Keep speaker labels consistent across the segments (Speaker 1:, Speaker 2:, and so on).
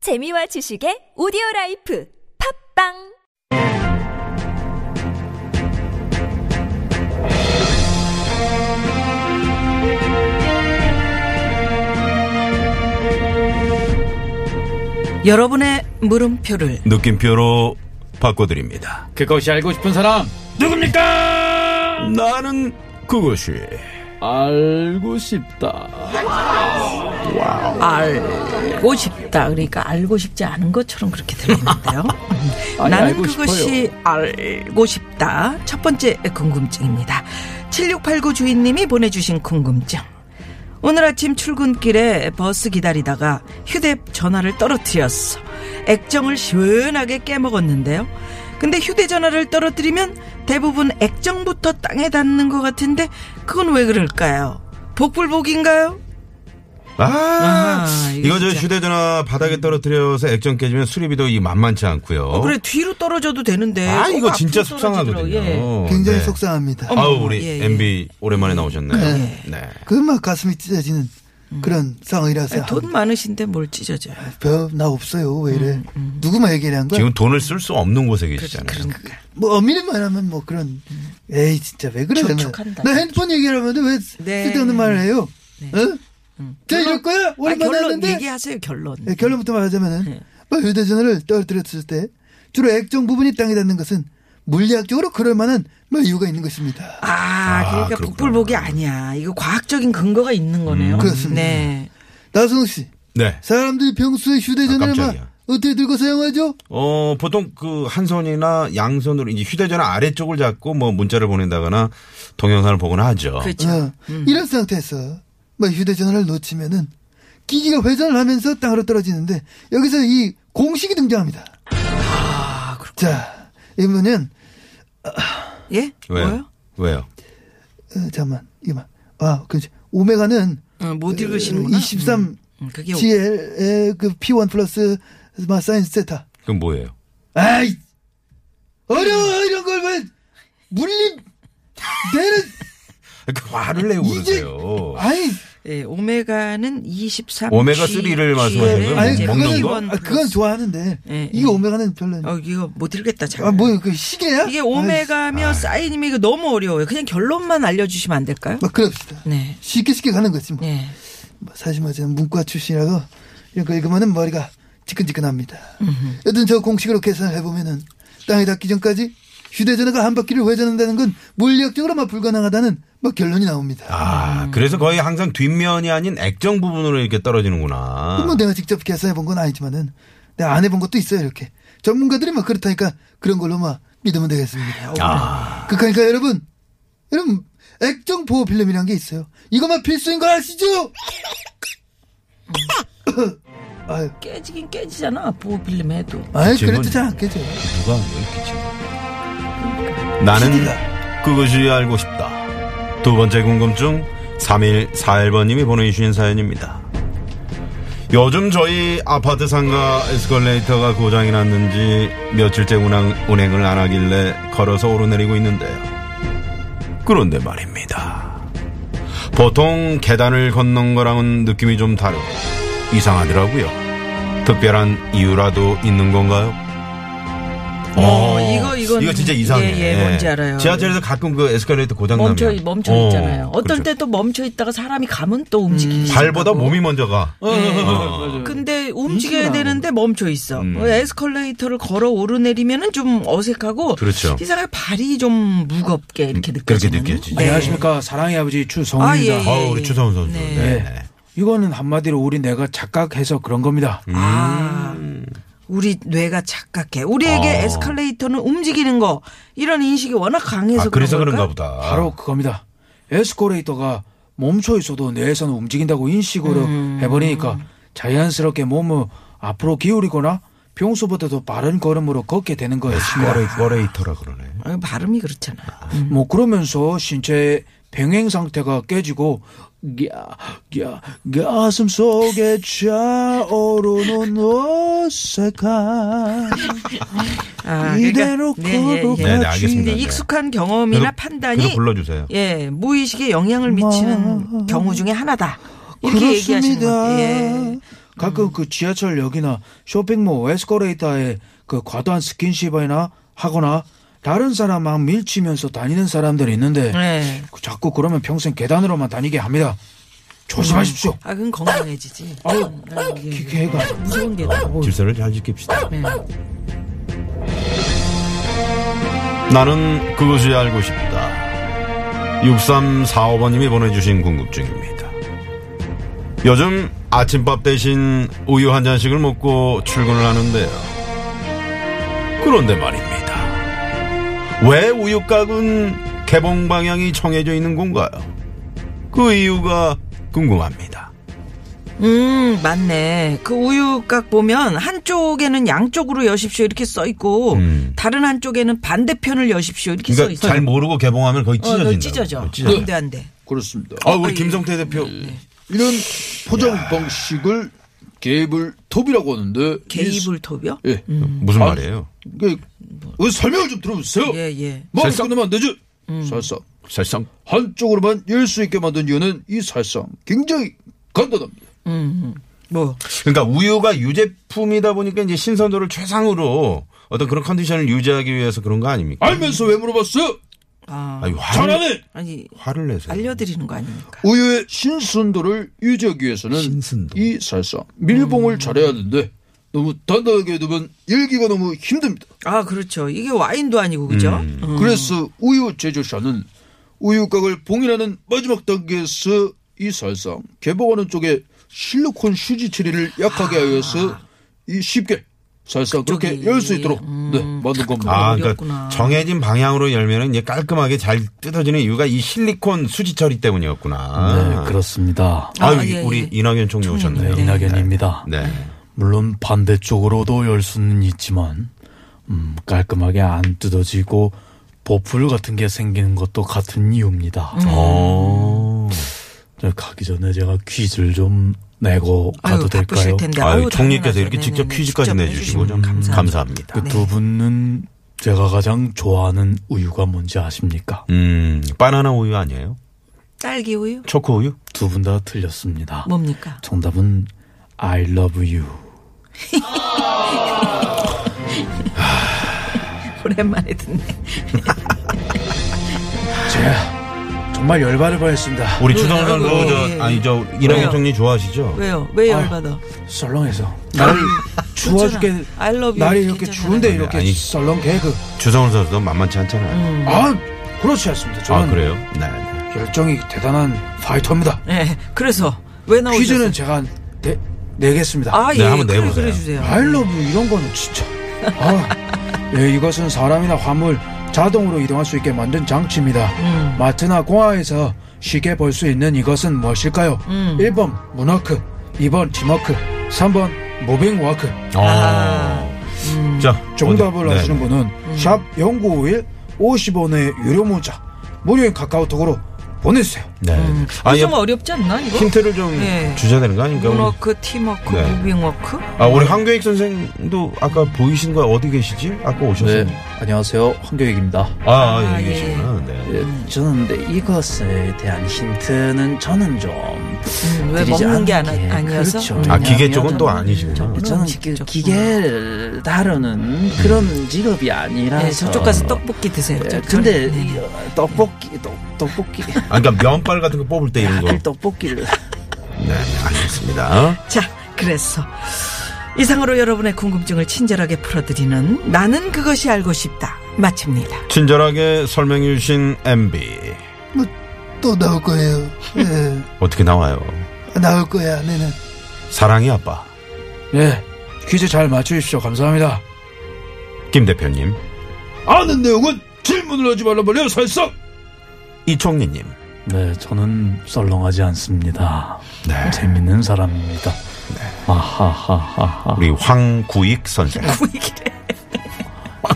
Speaker 1: 재미와 지식의 오디오 라이프 팝빵
Speaker 2: 여러분의 물음표를
Speaker 3: 느낌표로 바꿔드립니다.
Speaker 4: 그것이 알고 싶은 사람 누굽니까?
Speaker 3: 나는 그것이
Speaker 4: 알고 싶다.
Speaker 2: 알고 싶다. 그러니까 알고 싶지 않은 것처럼 그렇게 들리는데요. 음,
Speaker 4: 아니,
Speaker 2: 나는
Speaker 4: 알고
Speaker 2: 그것이 알고 싶다. 첫 번째 궁금증입니다. 7689 주인님이 보내주신 궁금증. 오늘 아침 출근길에 버스 기다리다가 휴대전화를 떨어뜨렸어. 액정을 시원하게 깨먹었는데요. 근데 휴대전화를 떨어뜨리면 대부분 액정부터 땅에 닿는 것 같은데 그건 왜 그럴까요? 복불복인가요?
Speaker 3: 아,
Speaker 2: 아하, 이거
Speaker 3: 이거 저
Speaker 2: 진짜.
Speaker 3: 휴대전화 바닥에 떨어뜨려서 액정 깨지면 수리비도 이 만만치 않고요.
Speaker 2: 어, 그래 뒤로 떨어져도 되는데.
Speaker 3: 어? 아 이거
Speaker 2: 앞으로
Speaker 3: 진짜
Speaker 2: 떨어지더라.
Speaker 3: 속상하거든요.
Speaker 2: 예.
Speaker 5: 굉장히
Speaker 3: 네.
Speaker 5: 속상합니다.
Speaker 2: 어머,
Speaker 3: 아우 우리
Speaker 2: 예, 예.
Speaker 3: MB 오랜만에 나오셨네요.
Speaker 5: 네.
Speaker 3: 네.
Speaker 5: 그막 가슴이 찢어지는 그런 상황이라서
Speaker 2: 음. 아니, 예. 돈 많으신데 뭘 찢어져요?
Speaker 5: 별, 나 없어요. 왜 이래.
Speaker 2: 음,
Speaker 5: 누구만 얘기하는 거야?
Speaker 3: 지금 돈을 쓸 수 없는 곳에 계시잖아요.
Speaker 2: 그러니까.
Speaker 5: 뭐 엄밀히 말하면 뭐 그런 에이 진짜 왜 그래?
Speaker 2: 음. 저촉한다.
Speaker 5: 나 핸드폰 얘기하면 왜
Speaker 2: 네. 음.
Speaker 5: 쓸데없는 말을 해요? 어? 자 이럴 거야?
Speaker 2: 아니,
Speaker 5: 오랜만에
Speaker 2: 결론
Speaker 5: 했는데
Speaker 2: 얘기하세요 결론.
Speaker 3: 예,
Speaker 5: 네, 결론부터 말하자면은 뭐 휴대전화를 떨어뜨렸을 때 주로 액정 부분이 땅에 닿는 것은 물리학적으로 그럴 만한 뭐 이유가 있는 것입니다.
Speaker 2: 아, 그러니까
Speaker 3: 그렇구나. 음,
Speaker 2: 복불복이 아니야. 이거 과학적인 근거가 있는 거네요.
Speaker 5: 그렇습니다.
Speaker 2: 네.
Speaker 5: 나선욱 씨,
Speaker 3: 네.
Speaker 5: 사람들이 평소에 휴대전화를
Speaker 3: 아,
Speaker 5: 막
Speaker 3: 깜짝이야.
Speaker 5: 어떻게 들고 사용하죠?
Speaker 3: 어 보통 그 한 손이나 양손으로 이제 휴대전화 아래쪽을 잡고 뭐 문자를 보낸다거나 동영상을 보거나 하죠.
Speaker 2: 그렇죠.
Speaker 5: 어, 이런 상태에서 뭐 휴대전화를 놓치면은 기기가 회전을 하면서 땅으로 떨어지는데 여기서 이 공식이 등장합니다.
Speaker 2: 아,
Speaker 5: 자, 이분은
Speaker 2: 예?
Speaker 3: 왜요?
Speaker 2: 뭐요?
Speaker 3: 왜요?
Speaker 5: 어, 잠만 이만 아 그렇지 오메가는
Speaker 2: 어, 못 읽으시는구나.
Speaker 5: 23
Speaker 2: 음, 그게 오-
Speaker 5: GL의 그 P1 플러스 마 사인스 세타.
Speaker 3: 그건 뭐예요?
Speaker 5: 아이 어려워 이런 걸 왜 물리 내는
Speaker 3: 그 화를 내고
Speaker 5: 이제
Speaker 3: 그러세요.
Speaker 5: 아니
Speaker 2: 예, 오메가는 23.
Speaker 3: 오메가
Speaker 2: G-
Speaker 3: 3를 말씀하시는
Speaker 2: G의
Speaker 3: 거예요?
Speaker 5: 네. 아니
Speaker 2: 이제
Speaker 3: 먹는 거?
Speaker 5: 그건
Speaker 2: P1
Speaker 5: 아, 그건 좋아하는데
Speaker 2: 예,
Speaker 5: 이게
Speaker 2: 예.
Speaker 5: 오메가는 별로
Speaker 2: 어, 이거 못 읽겠다. 잘.
Speaker 5: 아, 뭐, 그, 시계야?
Speaker 2: 이게 오메가며 사인이면 이거 너무 어려워요. 그냥 결론만 알려주시면 안 될까요?
Speaker 3: 뭐-
Speaker 5: 막, 뭐, 그럽시다.
Speaker 2: 네.
Speaker 5: 쉽게 쉽게 가는 거지, 뭐.
Speaker 2: 예.
Speaker 5: 뭐 사실 뭐, 저는 문과 출신이라서, 이런 거 읽으면은 머리가 지끈지끈합니다. 여튼 저 공식으로 계산을 해보면은, 땅에 닿기 전까지 휴대전화가 한 바퀴를 회전한다는 건 물리학적으로 막 불가능하다는 막 결론이 나옵니다.
Speaker 3: 아, 그래서 거의 항상 뒷면이 아닌 액정 부분으로 이렇게 떨어지는구나.
Speaker 5: 뭐 내가 직접 계산해본 건 아니지만은, 내가 안 해본 것도 있어요, 이렇게. 전문가들이 막 그렇다니까 그런 걸로 막 믿으면 되겠습니다.
Speaker 3: 아,
Speaker 5: 그, 그러니까 여러분, 여러분, 액정 보호 필름이라는 게 있어요. 이것만 필수인 거 아시죠? 아유,
Speaker 2: 깨지긴 깨지잖아. 보호 필름 해도.
Speaker 5: 아유,
Speaker 3: 그치,
Speaker 5: 그래도
Speaker 3: 이건-
Speaker 5: 잘 안 깨져.
Speaker 3: 누가 이렇게 지금. 나는 그것이 알고 싶다. 두 번째 궁금증 3141번님이 보내주신 사연입니다. 요즘 저희 아파트 상가 에스컬레이터가 고장이 났는지 며칠째 운항, 운행을 안 하길래 걸어서 오르내리고 있는데요. 그런데 말입니다. 보통 계단을 걷는 거랑은 느낌이 좀 다르고 이상하더라고요. 특별한 이유라도 있는 건가요?
Speaker 2: 어, 이거, 이거는-
Speaker 3: 이거 진짜 이상해.
Speaker 2: 예, 예, 뭔지 알아요.
Speaker 3: 지하철에서 가끔 그 에스컬레이터 고장 나면
Speaker 2: 멈춰 멈춰
Speaker 3: 어,
Speaker 2: 있잖아요. 어떨
Speaker 3: 그렇죠. 음.
Speaker 2: 때 또 멈춰 있다가 사람이 가면 또 움직이기
Speaker 3: 발보다
Speaker 2: 시작하고. 예.
Speaker 3: 몸이 아, 음. 먼저 가.
Speaker 2: 어, 근데 움직여야 되는데 멈춰 있어.
Speaker 3: 음.
Speaker 2: 뭐 에스컬레이터를 걸어 오르내리면은 좀 어색하고
Speaker 3: 그렇죠. 음,
Speaker 2: 이상하게 발이 좀 무겁게 이렇게
Speaker 3: 그렇게
Speaker 2: 느껴지는. 네.
Speaker 3: 느껴지죠.
Speaker 4: 안녕하십니까 사랑의 아버지 추성훈입니다.
Speaker 2: 아, 예, 예.
Speaker 3: 어, 우리 추성훈 선수. 네. 네.
Speaker 4: 이거는 한마디로 우리 내가 착각해서 그런 겁니다.
Speaker 3: 음.
Speaker 2: 아. 우리 뇌가 착각해. 우리에게
Speaker 3: 어.
Speaker 2: 에스컬레이터는 움직이는 거 이런 인식이 워낙 강해서
Speaker 3: 아, 그래서
Speaker 2: 그런
Speaker 3: 그런가
Speaker 2: 걸까?
Speaker 3: 보다. 아,
Speaker 4: 바로 그겁니다. 에스컬레이터가 멈춰 있어도 뇌에서는 움직인다고 인식으로 해버리니까 자연스럽게 몸을 앞으로 기울이거나 평소보다도 빠른 걸음으로 걷게 되는 거였습니다.
Speaker 3: 에스컬레이터라 그러네.
Speaker 2: 아, 발음이 그렇잖아.
Speaker 4: 뭐 그러면서 신체의 병행 상태가 깨지고 갸, 갸, 가슴 속에 차오르는 어색한
Speaker 2: 아,
Speaker 4: 이대로 걸어가
Speaker 3: 네, 네, 알겠습니다.
Speaker 2: 이제 익숙한 경험이나
Speaker 3: 그래도-
Speaker 2: 판단이
Speaker 3: 그래도 불러주세요.
Speaker 2: 예, 무의식에 영향을 미치는 경우 중에 하나다. 이렇게
Speaker 4: 그렇습니다.
Speaker 2: 얘기하시는 거. 예.
Speaker 4: 가끔 그 지하철역이나 쇼핑몰 에스컬레이터에 그 과도한 스킨십이나 하거나 다른 사람 막 밀치면서 다니는 사람들이 있는데
Speaker 2: 네.
Speaker 4: 그 자꾸 그러면 평생 계단으로만 다니게 합니다. 조심하십시오.
Speaker 2: 아, 그건 건강해지지.
Speaker 4: 아유,
Speaker 2: 아, 이게
Speaker 4: 기계가.
Speaker 2: 무서운 게. 다.
Speaker 3: 질서를 잘 지킵시다.
Speaker 2: 어. 네.
Speaker 3: 나는 그것이 알고 싶다. 6345번님이 보내주신 궁금증입니다. 요즘 아침밥 대신 우유 한 잔씩을 먹고 출근을 하는데요. 그런데 말입니다. 왜 우유곽은 개봉 방향이 정해져 있는 건가요? 그 이유가 궁금합니다.
Speaker 2: 음, 맞네. 그 우유곽 보면 한쪽에는 양쪽으로 여십시오 이렇게 써 있고
Speaker 3: 음.
Speaker 2: 다른 한쪽에는 반대편을 여십시오 이렇게 써
Speaker 3: 그러니까
Speaker 2: 있어요.
Speaker 3: 잘 모르고 개봉하면 거의
Speaker 2: 어, 너
Speaker 3: 찢어진다.
Speaker 2: 찢어져.
Speaker 3: 찢어져.
Speaker 2: 안돼
Speaker 4: 예.
Speaker 2: 안돼.
Speaker 4: 그렇습니다.
Speaker 3: 아, 우리 김성태 대표. 네.
Speaker 4: 이런 포장 방식을 개입을 톱이라고 하는데
Speaker 2: 개입을 톱이요?
Speaker 4: 예.
Speaker 3: 무슨 말이에요?
Speaker 4: 그, 그 설명을 좀 들어보세요.
Speaker 2: 예, 음. 예.
Speaker 4: 머리
Speaker 3: 살상?
Speaker 4: 끊으면 안 되지. 살상.
Speaker 3: 살상
Speaker 4: 한쪽으로만 열 수 있게 만든 이유는 이 살상. 굉장히 간단합니다.
Speaker 2: 뭐
Speaker 3: 그러니까 우유가 유제품이다 보니까 이제 신선도를 최상으로 어떤 그런 컨디션을 유지하기 위해서 그런 거 아닙니까?
Speaker 4: 알면서 왜 물어봤어요?
Speaker 2: 아,
Speaker 3: 아니, 화를,
Speaker 4: 잘하네.
Speaker 2: 아니
Speaker 3: 화를 내세요.
Speaker 2: 알려드리는 거 아닙니까?
Speaker 4: 우유의 신선도를 유지하기 위해서는
Speaker 3: 신선도.
Speaker 4: 이 살상 밀봉을 잘해야 하는데 너무 단단하게 두면 열기가 너무 힘듭니다.
Speaker 2: 아 그렇죠. 이게 와인도 아니고 그죠? 음.
Speaker 4: 그래서 우유 제조사는 우유곽을 봉인하는 마지막 단계에서 이 살상 개봉하는 쪽에 실리콘 휴지 처리를 약하게 하여서 이 쉽게 살상 그렇게
Speaker 2: 그쪽이,
Speaker 4: 열 수 있도록
Speaker 2: 음,
Speaker 4: 네, 만든 겁니다.
Speaker 3: 아,
Speaker 2: 어렵구나.
Speaker 3: 그러니까 정해진 방향으로 열면은 이제 깔끔하게 잘 뜯어지는 이유가 이 실리콘 수지 처리 때문이었구나.
Speaker 4: 그렇습니다.
Speaker 3: 네, 아유,
Speaker 2: 아, 예,
Speaker 3: 우리
Speaker 2: 예.
Speaker 3: 이낙연 총리 오셨네요.
Speaker 4: 이낙연입니다.
Speaker 3: 네.
Speaker 4: 물론 반대쪽으로도 열 수는 있지만 음, 깔끔하게 안 뜯어지고 보풀 같은 게 생기는 것도 같은 이유입니다.
Speaker 2: 음.
Speaker 3: 어.
Speaker 6: 저 가기 전에 제가 퀴즈를 좀 내고
Speaker 2: 아유,
Speaker 6: 가도 될까요?
Speaker 2: 바쁘실 텐데.
Speaker 3: 네, 아유,
Speaker 2: 아우,
Speaker 3: 총리께서
Speaker 2: 당연하죠.
Speaker 3: 이렇게 직접
Speaker 2: 네네네.
Speaker 3: 퀴즈까지
Speaker 2: 직접
Speaker 3: 내주시고 좀
Speaker 2: 해주시면
Speaker 3: 감사합니다. 네.
Speaker 6: 그
Speaker 2: 네.
Speaker 3: 감사합니다.
Speaker 6: 두 분은 제가 가장 좋아하는 우유가 뭔지 아십니까?
Speaker 3: 음, 바나나 우유 아니에요?
Speaker 2: 딸기 우유
Speaker 3: 초코 우유?
Speaker 6: 두 분 다 틀렸습니다.
Speaker 2: 뭡니까?
Speaker 6: 정답은 I love you.
Speaker 2: 오랜만에 듣네.
Speaker 4: 제가 정말 열받을 뻔했습니다.
Speaker 3: 우리 추성훈
Speaker 2: 아이고, 예,
Speaker 3: 선수
Speaker 2: 예.
Speaker 3: 저그 아니 저
Speaker 2: 왜요?
Speaker 3: 이낙연 총리 좋아하시죠?
Speaker 2: 왜요? 왜 열받아?
Speaker 4: 썰렁해서 날이 추워 죽게
Speaker 2: I love you.
Speaker 4: 날이 이렇게
Speaker 2: 괜찮아요.
Speaker 4: 추운데 이렇게
Speaker 3: 아니.
Speaker 4: 썰렁 개그
Speaker 3: 주성훈 선수도 만만치 않잖아요.
Speaker 4: 아 그렇지 않습니다. 저는
Speaker 3: 아 그래요? 네. 네.
Speaker 4: 열정이 대단한 파이터입니다.
Speaker 2: 네, 그래서 왜 나오셨어요?
Speaker 4: 퀴즈는 제가 네, 내, 내겠습니다.
Speaker 2: 아
Speaker 3: 네,
Speaker 2: 예,
Speaker 3: 한번
Speaker 2: 그래,
Speaker 3: 내보세요.
Speaker 2: 그래 주세요.
Speaker 4: 아이러브 이런 거는 진짜. 아, 예, 이것은 사람이나 화물 자동으로 이동할 수 있게 만든 장치입니다.
Speaker 2: 음.
Speaker 4: 마트나 공항에서 쉽게 볼 수 있는 이것은 무엇일까요?
Speaker 2: 음.
Speaker 4: 1번 문워크, 2번 팀워크, 3번 무빙워크.
Speaker 3: 아. 자,
Speaker 4: 정답을
Speaker 3: 어디-
Speaker 4: 아시는
Speaker 3: 네.
Speaker 4: 분은
Speaker 2: 음.
Speaker 4: 샵 0951 50원의 유료 문자 무료인 카카오톡으로 보내주세요.
Speaker 3: 네.
Speaker 2: 아,
Speaker 3: 아니,
Speaker 2: 좀 어렵지 않나 이거?
Speaker 3: 힌트를 좀
Speaker 2: 네.
Speaker 3: 주셔야 되는 거 아닙니까? 우리-
Speaker 2: 문워크, 팀워크,
Speaker 3: 네.
Speaker 2: 무빙워크.
Speaker 3: 아, 우리 황교익 선생도 아까 보이신 거 어디 계시지? 아까 오셨어요.
Speaker 4: 네.
Speaker 6: 안녕하세요. 황교익입니다.
Speaker 3: 아, 아,
Speaker 2: 아,
Speaker 3: 여기
Speaker 2: 예.
Speaker 3: 계시구나. 네.
Speaker 6: 저는 근데 이것에 대한 힌트는 저는 좀
Speaker 2: 음, 왜
Speaker 6: 드리지
Speaker 2: 먹는 게 아니,
Speaker 6: 않게.
Speaker 2: 아니어서?
Speaker 6: 그렇죠.
Speaker 3: 아, 기계
Speaker 6: 왜냐하면
Speaker 3: 쪽은 또 아니시구나.
Speaker 2: 저는
Speaker 6: 저는
Speaker 2: 음식
Speaker 6: 그
Speaker 2: 쪽.
Speaker 6: 기계를
Speaker 4: 음.
Speaker 6: 다루는 그런 직업이 아니라서
Speaker 2: 네, 저쪽 가서 떡볶이 드세요.
Speaker 6: 예,
Speaker 2: 저-
Speaker 6: 근데
Speaker 2: 네.
Speaker 6: 이, 어, 떡볶이 떡, 떡볶이
Speaker 3: 아, 그러니까 면발 같은 거 뽑을 때 이런
Speaker 4: 아,
Speaker 3: 거.
Speaker 6: 하필 떡볶이를
Speaker 3: 네, 네, 알겠습니다.
Speaker 2: 자, 그래서 이상으로 여러분의 궁금증을 친절하게 풀어드리는 나는 그것이 알고 싶다 마칩니다.
Speaker 3: 친절하게 설명해 주신 MB.
Speaker 5: 뭐, 또 나올 거예요. 예.
Speaker 3: 어떻게 나와요?
Speaker 5: 나올 거야, 내는.
Speaker 3: 사랑이 아빠.
Speaker 4: 네, 퀴즈 잘 맞추십시오. 감사합니다.
Speaker 3: 김 대표님.
Speaker 4: 아는 내용은 질문을 하지 말란 말이야 살상
Speaker 3: 이총리님.
Speaker 6: 네 저는 썰렁하지 않습니다
Speaker 3: 네.
Speaker 6: 재밌는 사람입니다 아하하하하
Speaker 3: 우리 황구익 선생.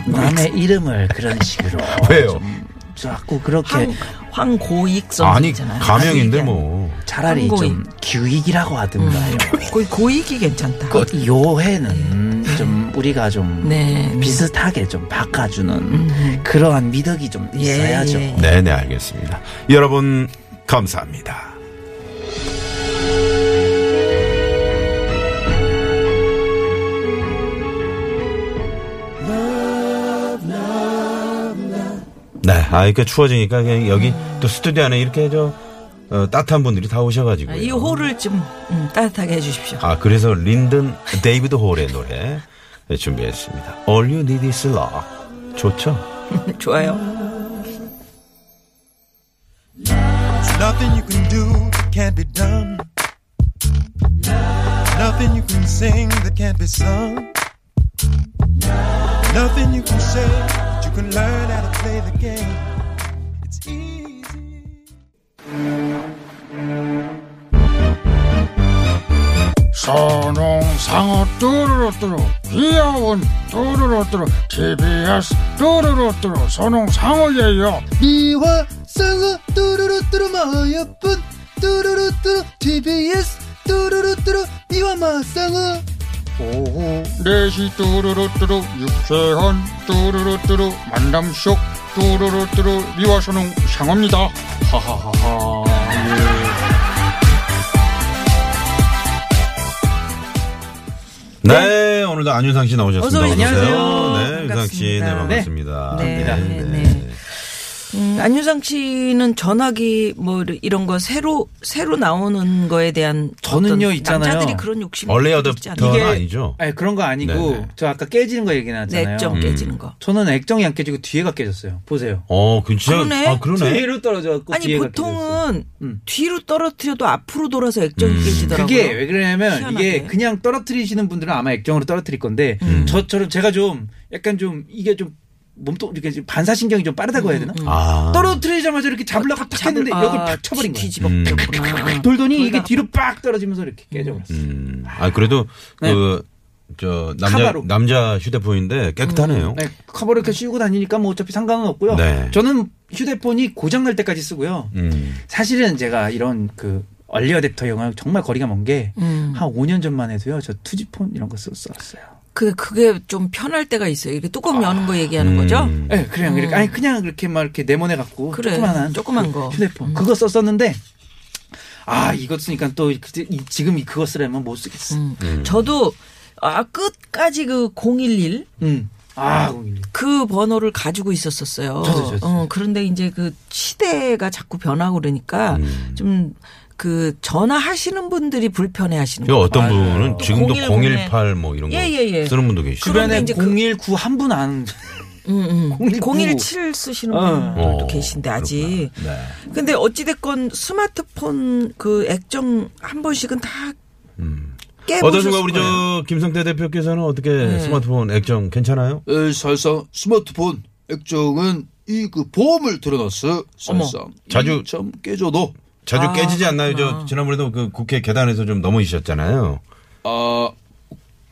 Speaker 6: 남의 이름을 그런 식으로
Speaker 3: 왜요?
Speaker 6: 좀 자꾸 그렇게
Speaker 2: 황, 황고익
Speaker 3: 아니,
Speaker 2: 선생이잖아요.
Speaker 3: 가명인데 뭐.
Speaker 6: 차라리
Speaker 2: 황고익.
Speaker 6: 좀 기익이라고 하든가 요
Speaker 2: 거의 고익이 괜찮다.
Speaker 6: 그 요해는 좀 우리가 좀
Speaker 2: 네. 음,
Speaker 6: 비슷하게 좀 바꿔주는 그러한 미덕이 좀
Speaker 2: 예,
Speaker 6: 있어야죠
Speaker 2: 예.
Speaker 3: 네, 네, 알겠습니다. 여러분, 감사합니다. 네, 아, 이렇게 추워지니까 그냥 여기 또 스튜디오 안에 이렇게 저 어, 따뜻한 분들이 다 오셔가지고.
Speaker 2: 아, 이 홀을 좀 음, 따뜻하게 해주십시오.
Speaker 3: 아, 그래서 린든 데이비드 홀의 노래 준비했습니다. All you need is love. 좋죠?
Speaker 2: 네, 좋아요.
Speaker 7: Nothing you can do that can't be done. Nothing you can sing that can't be sung. Nothing you can say, but you can learn how to play the game. It's easy.
Speaker 4: 선홍상어 뚜루루뚜루 귀여운 뚜루루뚜루 TBS 뚜루루뚜루 선홍상어예요
Speaker 5: 미화 쌍어 뚜루루 뚜루 마여쁜 뚜루루 뚜루 TBS 뚜루루 뚜루 미화 마쌍어
Speaker 4: 오후 4시 뚜루루뚜루 육세한 뚜루루뚜루 만남쇼 뚜루루뚜루 미와 선홍상어입니다 하하하하 예.
Speaker 3: 네, 오늘도 안윤상 씨 나오셨습니다.
Speaker 2: 어서 오십시오.
Speaker 3: 어서 오세요.
Speaker 2: 안녕하세요.
Speaker 3: 네, 윤상 씨, 네,
Speaker 2: 반갑습니다.
Speaker 3: 반갑습니다.
Speaker 2: 네, 네, 네. 음, 안윤상 씨는 전화기 뭐 이런 거 새로 새로 나오는 거에 대한
Speaker 8: 저는요,
Speaker 2: 어떤
Speaker 8: 있잖아요.
Speaker 2: 남자들이 그런 욕심
Speaker 3: 얼레
Speaker 2: 있지 않나요?
Speaker 3: 어댑터는 아니죠?
Speaker 8: 아니 네, 그런 거 아니고
Speaker 3: 네네.
Speaker 8: 저 아까 깨지는 거 얘기 나왔잖아요.
Speaker 2: 네, 좀
Speaker 3: 음.
Speaker 2: 깨지는 거.
Speaker 8: 저는 액정이 안 깨지고 뒤에가 깨졌어요. 보세요.
Speaker 3: 어, 괜찮아.
Speaker 2: 그러네.
Speaker 3: 아, 그러네.
Speaker 8: 뒤로 떨어져갖고
Speaker 2: 아니
Speaker 8: 뒤에가 깨졌어요.
Speaker 2: 보통은
Speaker 8: 음.
Speaker 2: 뒤로 떨어뜨려도 앞으로 돌아서 액정이
Speaker 3: 음.
Speaker 2: 깨지더라고요.
Speaker 8: 그게 왜 그러냐면
Speaker 2: 희한하게.
Speaker 8: 이게 그냥 떨어뜨리시는 분들은 아마 액정으로 떨어뜨릴 건데
Speaker 3: 음.
Speaker 8: 저처럼 제가 좀 약간 좀 이게 좀 몸통 이렇게 좀 반사신경이 좀 빠르다고 해야 되나?
Speaker 3: 아.
Speaker 8: 떨어뜨리자마자 이렇게 잡으려고 탁
Speaker 2: 잡을-
Speaker 8: 했는데
Speaker 2: 음, 아,
Speaker 8: 여기를 팍 쳐버린 거야.
Speaker 2: 뒤집어.
Speaker 3: 음.
Speaker 2: 음.
Speaker 8: 돌더니 이게
Speaker 2: 돌다가
Speaker 8: 뒤로 빡 떨어지면서 이렇게 깨져버렸어.
Speaker 3: 음. 아, 그래도
Speaker 2: 네.
Speaker 3: 그, 저, 남자,
Speaker 8: 카바로.
Speaker 3: 남자 휴대폰인데 깨끗하네요.
Speaker 8: 네, 커버를 이렇게 씌우고 다니니까 뭐 어차피 상관은
Speaker 2: 음.
Speaker 8: 없고요.
Speaker 3: 네.
Speaker 8: 저는 휴대폰이 고장 날 때까지 쓰고요.
Speaker 3: 음.
Speaker 8: 사실은 제가 이런 그 얼리어댑터 영화 정말 거리가 먼 게 한
Speaker 2: 음.
Speaker 8: 5년 전만 해도요. 저 투지폰 이런 거 써- 썼어요.
Speaker 2: 그 그게 좀 편할 때가 있어요. 이게 뚜껑 여는 거 얘기하는 거죠?
Speaker 3: 음.
Speaker 8: 예, 그냥 이렇게 아니 그냥 이렇게 막 이렇게 네모네 갖고
Speaker 2: 그래,
Speaker 8: 조그만한
Speaker 2: 조그만
Speaker 8: 그
Speaker 2: 거. 음.
Speaker 8: 휴대폰 그거 썼었는데 아 이거 쓰니까 또 그때 이- 지금 이 그거 쓰려면 못 쓰겠어. 음.
Speaker 2: 음. 저도 아 끝까지 그 011
Speaker 8: 아, 공일이.
Speaker 2: 그 번호를 가지고 있었었어요.
Speaker 8: 저도, 저도.
Speaker 2: 어, 그런데 이제 그 시대가 자꾸 변하고 그러니까
Speaker 3: 음.
Speaker 2: 좀 그 전화하시는 분들이 불편해 하시는
Speaker 3: 이거
Speaker 2: 거예요.
Speaker 3: 어떤 분은
Speaker 2: 또
Speaker 3: 지금도
Speaker 2: 010
Speaker 3: 018 뭐 이런 거
Speaker 2: 아, 예, 예, 예.
Speaker 3: 쓰는 분도 계시죠.
Speaker 2: 그런데
Speaker 8: 주변에
Speaker 2: 이제 그-
Speaker 8: 019 한 분 안.
Speaker 2: 음, 음.
Speaker 8: 019.
Speaker 2: 017 쓰시는
Speaker 8: 어.
Speaker 2: 분들도
Speaker 3: 어,
Speaker 2: 계신데 아직.
Speaker 3: 그렇구나. 네.
Speaker 2: 근데 어찌됐건 스마트폰 그 액정 한 번씩은 다
Speaker 3: 음. 어떤
Speaker 2: 깨보셨을
Speaker 3: 순간 우리
Speaker 2: 거예요. 네.
Speaker 3: 저 김성태 대표께서는 어떻게 스마트폰 액정 괜찮아요?
Speaker 9: 에, 살상 스마트폰 액정은 이 그 보험을 들어놨어. 살상
Speaker 3: 자주-
Speaker 9: 참 깨져도
Speaker 3: 자주
Speaker 2: 아,
Speaker 3: 깨지지 않나요? 저 지난번에도 그 국회 계단에서 좀 넘어지셨잖아요.
Speaker 9: 아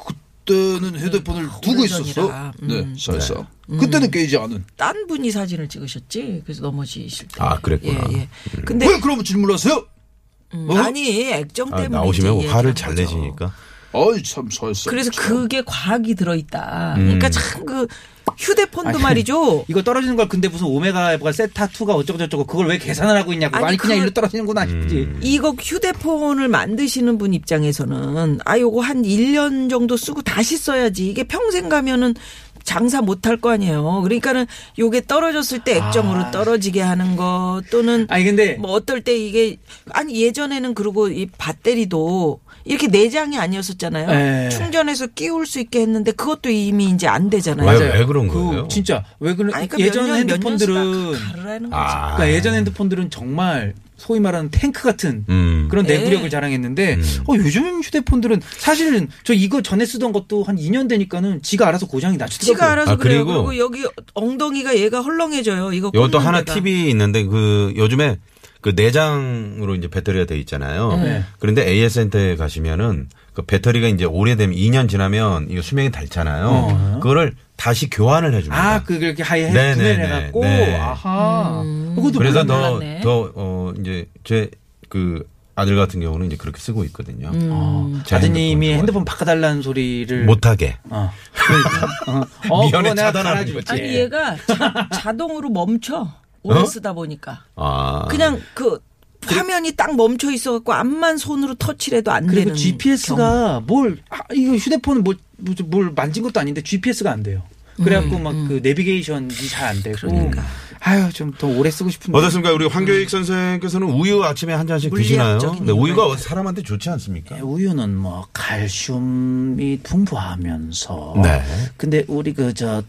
Speaker 9: 그때는 휴대폰을 두고
Speaker 2: 오래전이라.
Speaker 9: 있었어. 네,
Speaker 2: 음.
Speaker 9: 살상 그때는 깨지 않은.
Speaker 2: 딴 분이 사진을 찍으셨지. 그래서 넘어지실 때.
Speaker 3: 아, 그랬구나.
Speaker 2: 예, 예. 근데
Speaker 8: 어?
Speaker 9: 왜 네, 그러면 질문하세요?
Speaker 2: 음, 아니 액정
Speaker 3: 아,
Speaker 2: 때문에
Speaker 3: 나오시면
Speaker 2: 이제 그렇죠.
Speaker 3: 화를
Speaker 2: 얘기하는
Speaker 3: 잘
Speaker 2: 거죠.
Speaker 3: 내시니까.
Speaker 9: 아이 참 살상.
Speaker 2: 그래서
Speaker 8: 그렇죠.
Speaker 2: 그게 과학이 들어있다.
Speaker 3: 음.
Speaker 2: 그러니까 참 그 휴대폰도
Speaker 8: 아니,
Speaker 2: 말이죠.
Speaker 8: 이거 떨어지는 걸 근데 무슨 오메가가 세타 2가 어쩌고 저쩌고 그걸 왜 계산을 하고 있냐고.
Speaker 2: 아니,
Speaker 8: 아니, 그냥
Speaker 2: 그걸-
Speaker 8: 일로 떨어지는구나
Speaker 3: 음.
Speaker 8: 싶지.
Speaker 2: 이거 휴대폰을 만드시는 분 입장에서는 아 요거 한 1년 정도 쓰고 다시 써야지. 이게 평생 가면은 장사 못 할 거 아니에요. 그러니까는 요게 떨어졌을 때
Speaker 3: 아.
Speaker 2: 액정으로 떨어지게 하는 거 또는
Speaker 8: 아니 근데
Speaker 2: 뭐 어떨 때 이게 아니 예전에는 그리고 이 배터리도 이렇게 내장이 아니었었잖아요.
Speaker 8: 네.
Speaker 2: 충전해서 끼울 수 있게 했는데 그것도 이미 이제 안 되잖아요.
Speaker 3: 왜, 왜 그런
Speaker 8: 그
Speaker 3: 거예요?
Speaker 8: 진짜 왜 그런
Speaker 2: 아니, 그러니까
Speaker 8: 예전
Speaker 2: 몇 년, 몇 년씩
Speaker 8: 핸드폰들은
Speaker 2: 다 가르라는 거지.
Speaker 3: 아.
Speaker 8: 그러니까 예전 핸드폰들은 정말 소위 말하는 탱크 같은
Speaker 3: 음.
Speaker 8: 그런
Speaker 2: 네.
Speaker 8: 내구력을 자랑했는데 어, 요즘 휴대폰들은 사실은 저 이거 전에 쓰던 것도 한 2년 되니까는 지가 알아서 고장이 나치더라고요.
Speaker 2: 지가 알아서
Speaker 3: 아,
Speaker 2: 그래요.
Speaker 3: 그리고-
Speaker 2: 그리고 여기 엉덩이가 얘가 헐렁해져요. 이거
Speaker 3: 이것도
Speaker 2: 꽂는
Speaker 3: 하나
Speaker 2: 데가.
Speaker 3: 팁이 있는데 그 요즘에 그 내장으로 이제 배터리가 돼 있잖아요.
Speaker 8: 네.
Speaker 3: 그런데 AS 센터에 가시면은 그 배터리가 이제 오래되면 2년 지나면 이거 수명이 닳잖아요. 그거를 다시 교환을 해줍니다.
Speaker 8: 아, 그 그렇게 하이해
Speaker 3: 네,
Speaker 8: 구매를
Speaker 3: 네, 네,
Speaker 8: 해갖고
Speaker 3: 네.
Speaker 8: 아하.
Speaker 2: 음.
Speaker 8: 그것도
Speaker 3: 그래서
Speaker 8: 몰랐네.
Speaker 3: 더,
Speaker 2: 몰랐네.
Speaker 3: 더, 어, 이제 제 그 아들 같은 경우는 이제 그렇게 쓰고 있거든요.
Speaker 8: 어,
Speaker 3: 제
Speaker 8: 아드님이
Speaker 3: 핸드폰
Speaker 8: 핸드폰 바꿔달라는 소리를
Speaker 3: 못하게.
Speaker 8: 어, 그러니까. 어, 어
Speaker 3: 미연에
Speaker 8: 그거 내가
Speaker 3: 차단하는
Speaker 8: 갈아줄게.
Speaker 3: 거지.
Speaker 2: 아니 얘가 자, 자동으로 멈춰 오래 쓰다 보니까
Speaker 3: 어? 아.
Speaker 2: 그냥 그 화면이 딱 멈춰 있어갖고 앞만 손으로 터치를 해도 안
Speaker 8: 그리고
Speaker 2: 되는 경우.
Speaker 8: GPS가 뭘 아, 이거 휴대폰은 뭘, 뭐-
Speaker 2: 음, 그러니까.
Speaker 8: 뭘 만진 것도 아닌데 GPS가 안 돼요. 그래갖고 막 그 내비게이션이 잘 안 되고. 아
Speaker 4: 아유 좀 더 오래 쓰고 싶은데.
Speaker 3: 어떻습니까? 우리 황교익 선생께서는 우유 아침에 한 잔씩 드시나요?
Speaker 2: 물리학적인
Speaker 3: 근데 우유가
Speaker 2: 이유가 네,
Speaker 3: 사람한테 좋지 않습니까?
Speaker 4: 우유는 뭐 칼슘이 풍부하면서
Speaker 3: 네.
Speaker 4: 근데 우리 그 저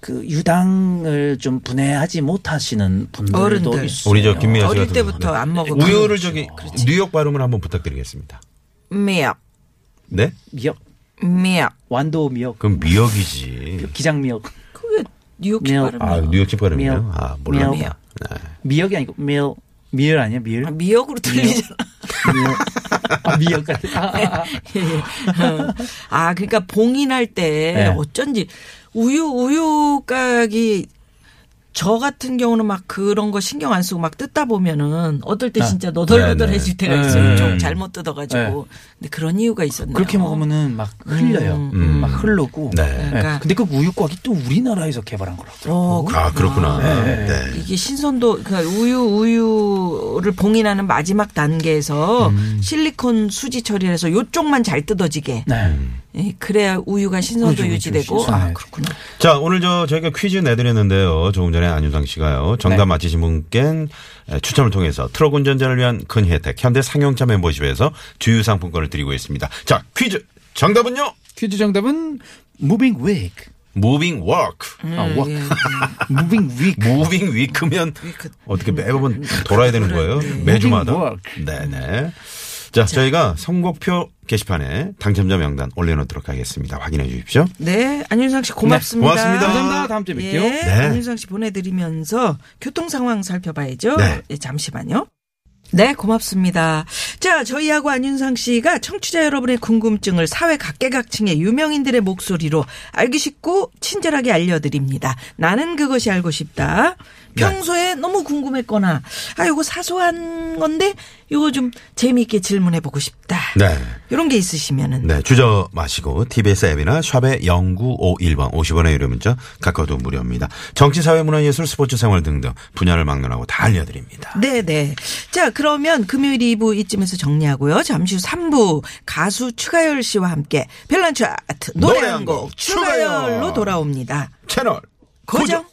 Speaker 4: 그 유당을 좀 분해하지 못하시는 분들도
Speaker 2: 어른들.
Speaker 4: 있어요.
Speaker 3: 우리 저 김미아 씨
Speaker 2: 어릴
Speaker 3: 같은
Speaker 2: 때부터
Speaker 3: 경우는.
Speaker 2: 안 그렇죠. 먹어.
Speaker 3: 우유를 저기 뉴욕 발음을 한번 부탁드리겠습니다.
Speaker 2: 미역,
Speaker 3: 네?
Speaker 4: 미역
Speaker 2: 미역.
Speaker 4: 완도 미역
Speaker 3: 그럼
Speaker 2: 그
Speaker 3: 미역이지.
Speaker 4: 기장 미역
Speaker 2: 그게 뉴욕식
Speaker 4: 미역.
Speaker 3: 아,
Speaker 2: 발음이야.
Speaker 3: 뉴욕식 발음이요?
Speaker 4: 미역.
Speaker 3: 아, 몰라.
Speaker 4: 미역.
Speaker 3: 네.
Speaker 4: 미역이 아니고 밀 밀 아니야 밀
Speaker 2: 아, 미역으로 들리잖아.
Speaker 4: 미역 아, 미역 같은 아, 아, 아.
Speaker 2: 아, 그러니까 봉인할 때
Speaker 4: 네.
Speaker 2: 어쩐지 우유 우유 가격이 저 같은 경우는 막 그런 거 신경 안 쓰고 막 뜯다 보면은 어떨 때 진짜 너덜너덜해질 때가 있어요.
Speaker 3: 네.
Speaker 2: 좀 잘못 뜯어가지고. 근데 그런 이유가 있었네요.
Speaker 4: 그렇게 먹으면은 막 흘려요
Speaker 3: 음.
Speaker 4: 막 흘르고
Speaker 3: 네.
Speaker 2: 아. 그러니까.
Speaker 4: 근데 그 우유곽이 또 우리나라에서 개발한 거라고
Speaker 2: 어,
Speaker 3: 아, 그렇구나. 네.
Speaker 2: 이게 신선도 그러니까 우유 우유를 봉인하는 마지막 단계에서 실리콘 수지 처리를 해서 요쪽만 잘 뜯어지게
Speaker 4: 네.
Speaker 2: 예, 그래야 우유가 신선도 유지되고 아 그렇구나
Speaker 3: 자, 오늘 저 저희가 퀴즈 내드렸는데요. 조금 전에 안윤상 씨가요. 정답
Speaker 4: 네.
Speaker 3: 맞히신 분께 추첨을 통해서 트럭 운전자를 위한 큰 혜택 현대 상용차 멤버십에서 주유 상품권을 드리고 있습니다. 자, 퀴즈 정답은요.
Speaker 4: 퀴즈 정답은 moving week
Speaker 3: 무빙 워크.
Speaker 4: 아 walk moving week 음.
Speaker 3: 무빙 위크면 어떻게 매번 돌아야 되는 거예요?
Speaker 4: 네.
Speaker 3: 매주마다. 네네. 자, 저희가 선곡표 게시판에 당첨자 명단 올려놓도록 하겠습니다. 확인해 주십시오.
Speaker 2: 네 안윤상 씨 고맙습니다
Speaker 3: 네, 고맙습니다. 감사합니다.
Speaker 4: 다음 주에 뵐게요.
Speaker 2: 예,
Speaker 4: 네.
Speaker 2: 안윤상 씨 보내드리면서 교통 상황 살펴봐야죠
Speaker 3: 네.
Speaker 2: 예, 잠시만요. 네, 고맙습니다. 자, 저희하고 안윤상 씨가 청취자 여러분의 궁금증을 사회 각계각층의 유명인들의 목소리로 알기 쉽고 친절하게 알려드립니다. 나는 그것이 알고 싶다.
Speaker 3: 네.
Speaker 2: 평소에 너무 궁금했거나, 아, 요거 사소한 건데, 요거 좀 재미있게 질문해보고 싶다.
Speaker 3: 네.
Speaker 2: 요런 게 있으시면은.
Speaker 3: 네, 주저 마시고 TBS 앱이나 샵의 0951번 50원의 유료 문자 각각도 무료입니다. 정치, 사회, 문화, 예술, 스포츠, 생활 등등 분야를 막론하고 다 알려드립니다.
Speaker 2: 네네. 자, 그러면 금요일 2부 이쯤에서 정리하고요. 잠시 후 3부 가수 추가열 씨와 함께 별난 차트 노래
Speaker 3: 노래
Speaker 2: 한
Speaker 3: 한곡
Speaker 2: 곡
Speaker 3: 추가열.
Speaker 2: 추가열로 돌아옵니다.
Speaker 3: 채널
Speaker 2: 고정.